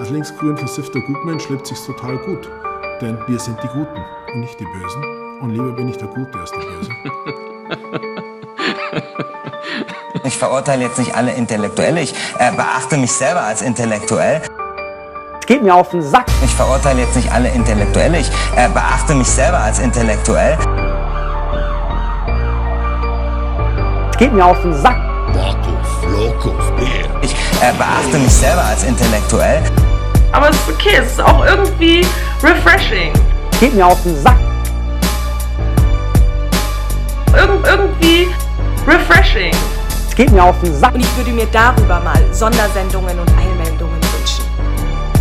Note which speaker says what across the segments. Speaker 1: Als linksgrün versiffter Gutmensch schleppt sich's total gut. Denn wir sind die Guten und nicht die Bösen. Und lieber bin ich der Gute als der Böse.
Speaker 2: Ich verurteile jetzt nicht alle Intellektuelle. Ich äh, beachte mich selber als intellektuell.
Speaker 3: Es geht mir auf den Sack.
Speaker 2: Ich verurteile jetzt nicht alle Intellektuelle. Ich äh, beachte mich selber als intellektuell.
Speaker 3: Es geht mir auf den Sack.
Speaker 4: Markus Lokus Bär.
Speaker 2: Ich äh, beachte mich selber als intellektuell.
Speaker 5: Aber es ist okay, es ist auch irgendwie refreshing.
Speaker 3: Es geht mir auf den Sack.
Speaker 5: Irg irgendwie refreshing.
Speaker 3: Es geht mir auf den Sack.
Speaker 6: Und ich würde mir darüber mal Sondersendungen und Einmeldungen wünschen.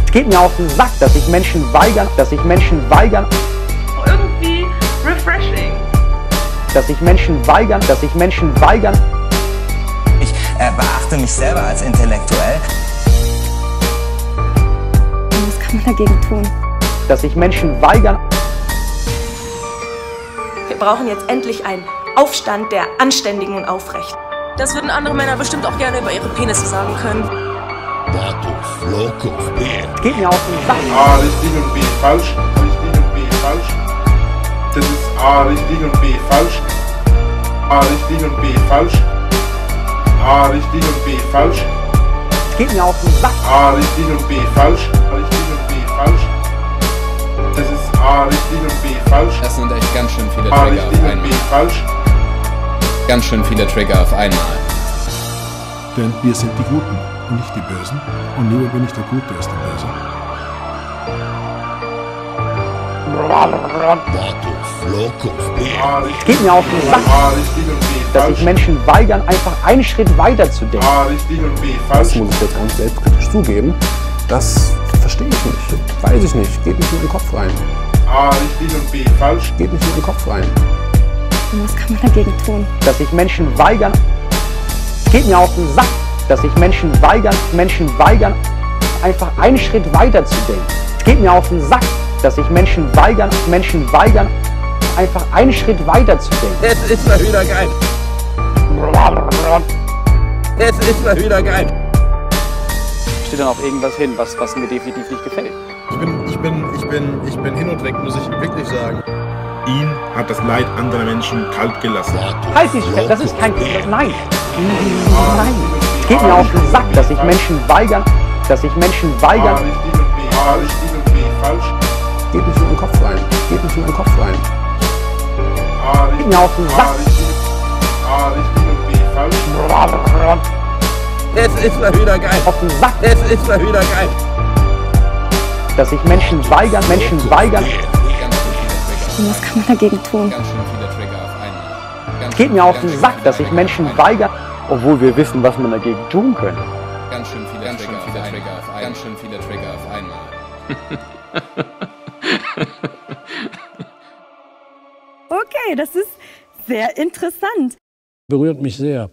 Speaker 3: Es geht mir auf den Sack, dass sich Menschen weigern, dass sich Menschen weigern,
Speaker 5: Irgendwie refreshing.
Speaker 3: dass sich Menschen weigern, dass sich Menschen weigern.
Speaker 2: Ich äh, beachte mich selber als intellektuell.
Speaker 7: Was kann man dagegen tun?
Speaker 3: dass sich Menschen weigern,
Speaker 6: Wir brauchen jetzt endlich einen Aufstand der Anständigen und Aufrechten. Das würden andere Männer bestimmt auch gerne über ihre Penisse sagen können.
Speaker 4: Markus Lokus Bär.
Speaker 3: Es geht mir auf den Sack.
Speaker 8: A richtig und B falsch, richtig und B falsch. Das ist A richtig und B falsch. A richtig und B falsch. A richtig und B falsch.
Speaker 3: Es geht mir auf den Sack.
Speaker 8: A richtig und B falsch. A richtig und B falsch. Das ist A richtig und B falsch.
Speaker 9: Das sind echt ganz schön viele
Speaker 8: A
Speaker 9: Trigger
Speaker 8: richtig
Speaker 9: auf
Speaker 8: und B
Speaker 9: einmal.
Speaker 8: falsch.
Speaker 9: Ganz schön viele Trigger auf einmal.
Speaker 1: Denn wir sind die Guten und nicht die Bösen. Und lieber bin ich der Gute als der Böse.
Speaker 4: Markus Lokus Bär.
Speaker 8: A richtig
Speaker 3: Geht mir auf den Sack.
Speaker 8: A richtig und B
Speaker 3: Dass sich
Speaker 8: falsch.
Speaker 3: Menschen weigern, einfach einen Schritt weiter zu denken.
Speaker 8: A richtig und B falsch.
Speaker 10: muss ich jetzt ganz selbstkritisch zugeben, das verstehe ich nicht. Weiß ich nicht. Geht nicht in den Kopf rein.
Speaker 8: A richtig und B falsch.
Speaker 10: Geht nicht in den Kopf rein.
Speaker 7: Was kann man dagegen tun?
Speaker 3: dass sich Menschen weigern. Es geht mir auf den Sack, dass sich Menschen weigern, Menschen weigern, einfach einen Schritt weiter zu denken. Es geht mir auf den Sack, dass sich Menschen weigern, Menschen weigern, einfach einen Schritt weiter zu denken.
Speaker 9: Es ist mal wieder geil. Es ist mal wieder geil.
Speaker 3: Steht dann auf irgendwas hin, was, was mir definitiv nicht gefällt.
Speaker 8: Ich bin, ich bin, ich bin, ich bin hin und weg, muss ich wirklich sagen. Ihn hat das Leid anderer Menschen kalt gelassen.
Speaker 3: Halt dich fest, das ist kein Nein. Nein. Es geht mir auf den Sack, dass sich Menschen weigern, dass sich Menschen
Speaker 8: A
Speaker 3: weigern.
Speaker 8: richtig und B, A richtig und B falsch.
Speaker 10: Geht nicht in den Kopf rein. Geht nicht in den Kopf rein.
Speaker 8: A richtig,
Speaker 3: mir auf den Sack.
Speaker 8: A richtig, A richtig und B falsch.
Speaker 9: Es ist mal wieder geil.
Speaker 3: Auf den Sack,
Speaker 9: Es ist mal wieder geil.
Speaker 3: dass sich Menschen weigern, Menschen weigern.
Speaker 9: Ganz schön viele Trigger.
Speaker 7: Was kann man dagegen tun?
Speaker 9: Ganz schön viele Trigger auf einmal. Ganz
Speaker 3: Es geht
Speaker 9: schön-
Speaker 3: mir auf
Speaker 9: ganz
Speaker 3: den
Speaker 9: schön
Speaker 3: Sack,
Speaker 9: viele
Speaker 3: dass sich
Speaker 9: Trigger
Speaker 3: Menschen
Speaker 9: auf einmal.
Speaker 3: weigern, obwohl wir wissen, was man dagegen tun könnte.
Speaker 9: Ganz schön viele Trigger auf einmal. Ganz schön viele Trigger auf einmal.
Speaker 7: Okay, das ist sehr interessant.
Speaker 10: Berührt mich sehr.